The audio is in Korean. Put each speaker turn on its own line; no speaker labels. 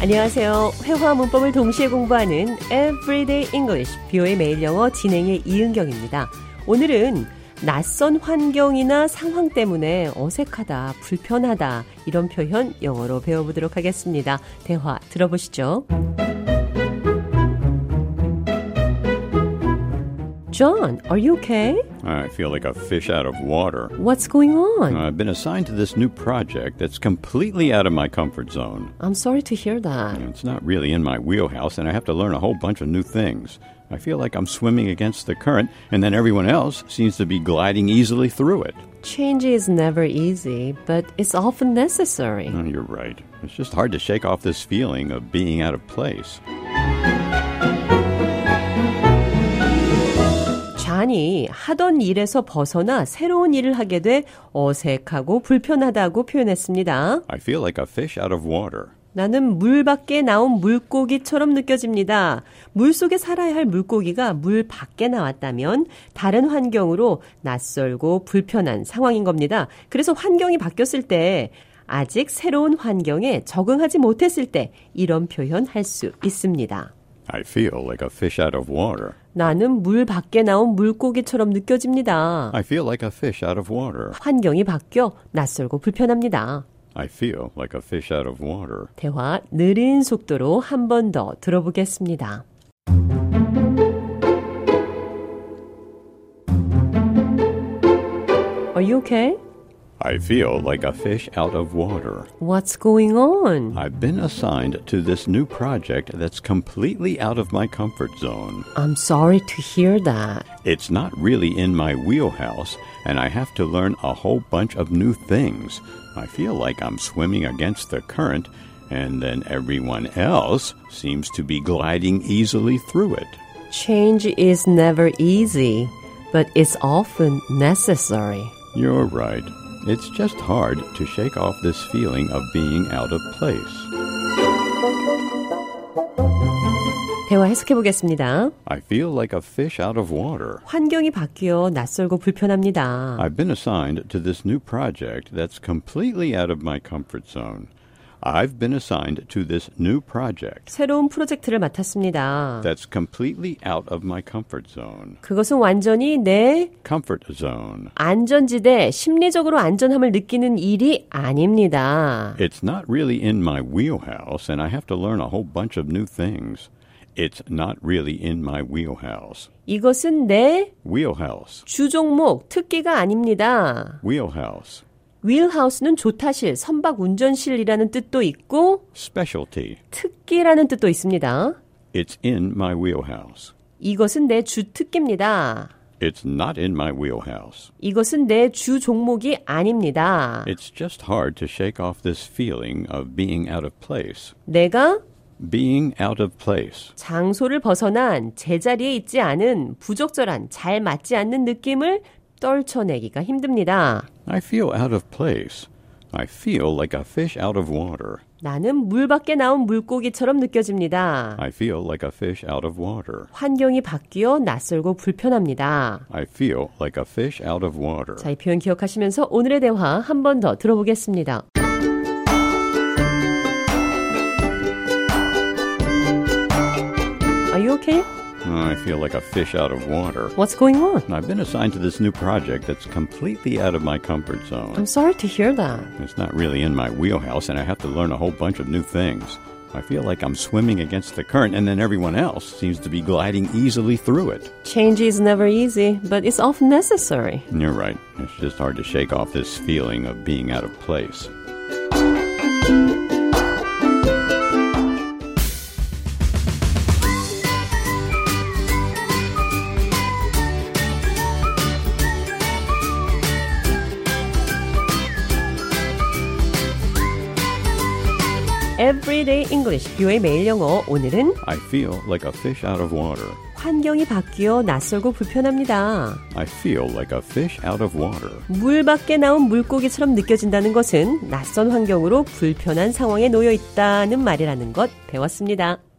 안녕하세요. 회화 문법을 동시에 공부하는 Everyday English, 비오의 매일 영어 진행의 이은경입니다. 오늘은 낯선 환경이나 상황 때문에 어색하다, 불편하다, 이런 표현 영어로 배워보도록 하겠습니다. 대화 들어보시죠. John, are you okay?
I feel like a fish out of water. Uh,
What's going on?
I've been assigned to this new project that's completely out of my comfort zone.
I'm sorry to hear that.
It's not really in my wheelhouse, and I have to learn a whole bunch of new things. I feel like I'm swimming against the current, and then everyone else seems to be gliding easily through it.
Change is never easy, but it's often necessary.
Oh, You're right. It's just hard to shake off this feeling of being out of place.
잔이 하던 일에서 벗어나 새로운 일을 하게 돼 어색하고 불편하다고 표현했습니다.
I feel like a fish out of water.
나는 물 밖에 나온 물고기처럼 느껴집니다. 물 속에 살아야 할 물고기가 물 밖에 나왔다면 다른 환경으로 낯설고 불편한 상황인 겁니다. 그래서 환경이 바뀌었을 때 아직 새로운 환경에 적응하지 못했을 때 이런 표현 할 수 있습니다.
I feel like a fish out of water.
나는 물 밖에 나온 물고기처럼 느껴집니다.
I feel like a fish out of water.
환경이 바뀌어 낯설고 불편합니다.
I feel like a fish out of water.
대화 느린 속도로 한 번 더 들어보겠습니다. Are you okay?
I feel like a fish out of water.
What's going on?
I've been assigned to this new project that's completely out of my comfort zone.
I'm sorry to hear that.
It's not really in my wheelhouse, and I have to learn a whole bunch of new things. I feel like I'm swimming against the current, and then everyone else seems to be gliding easily through it.
Change is never easy, but it's often necessary.
You're right. It's just hard to shake off this feeling of being out of place.
대화 해석해 보겠습니다.
I feel like a fish out of water.
환경이 바뀌어 낯설고 불편합니다.
I've been assigned to this new project that's completely out of my comfort zone. I've been assigned to this new project
새로운 프로젝트를 맡았습니다.
that's completely out of my comfort zone.
그것은 완전히 내
Comfort zone.
안전지대, 심리적으로 안전함을 느끼는 일이 아닙니다.
It's not really in my wheelhouse, and I have to learn a whole bunch of new things. It's not really in my wheelhouse.
이것은 내
Wheelhouse.
주종목, 특기가 아닙니다.
Wheelhouse.
윌하우스는 조타실, 선박 운전실이라는 뜻도 있고
Specialty.
특기라는 뜻도 있습니다.
It's in my wheelhouse.
이것은 내 주특기입니다.
It's not in my wheelhouse.
이것은 내 주종목이 아닙니다.
It's just hard to shake off this feeling of being out of place.
내가
Being out of place.
장소를 벗어난 제자리에 있지 않은 부적절한 잘 맞지 않는 느낌을 떨쳐내기가 힘듭니다.
I feel out of place. I feel like a fish out of water.
나는 물 밖에 나온 물고기처럼 느껴집니다.
I feel like a fish out of water.
환경이 바뀌어 낯설고 불편합니다.
I feel like a fish out of water.
자, 이 표현 기억하시면서 오늘의 대화 한 번 더 들어보겠습니다. Are you okay?
I feel like a fish out of water.
What's going on?
I've been assigned to this new project that's completely out of my comfort
I'm
zone.
sorry to hear that.
It's not really in my wheelhouse, and I have to learn a whole bunch of new things. I feel like I'm swimming against the current, and then everyone else seems to be gliding easily through it.
Change is never easy, but it's often necessary.
You're right. It's just hard to shake off this feeling of being out of place.
Everyday English, 뷰의 매일 영어. 오늘은
I feel like a fish out of water.
환경이 바뀌어 낯설고 불편합니다.
I feel like a fish out of water.
물 밖에 나온 물고기처럼 느껴진다는 것은 낯선 환경으로 불편한 상황에 놓여 있다는 말이라는 것 배웠습니다.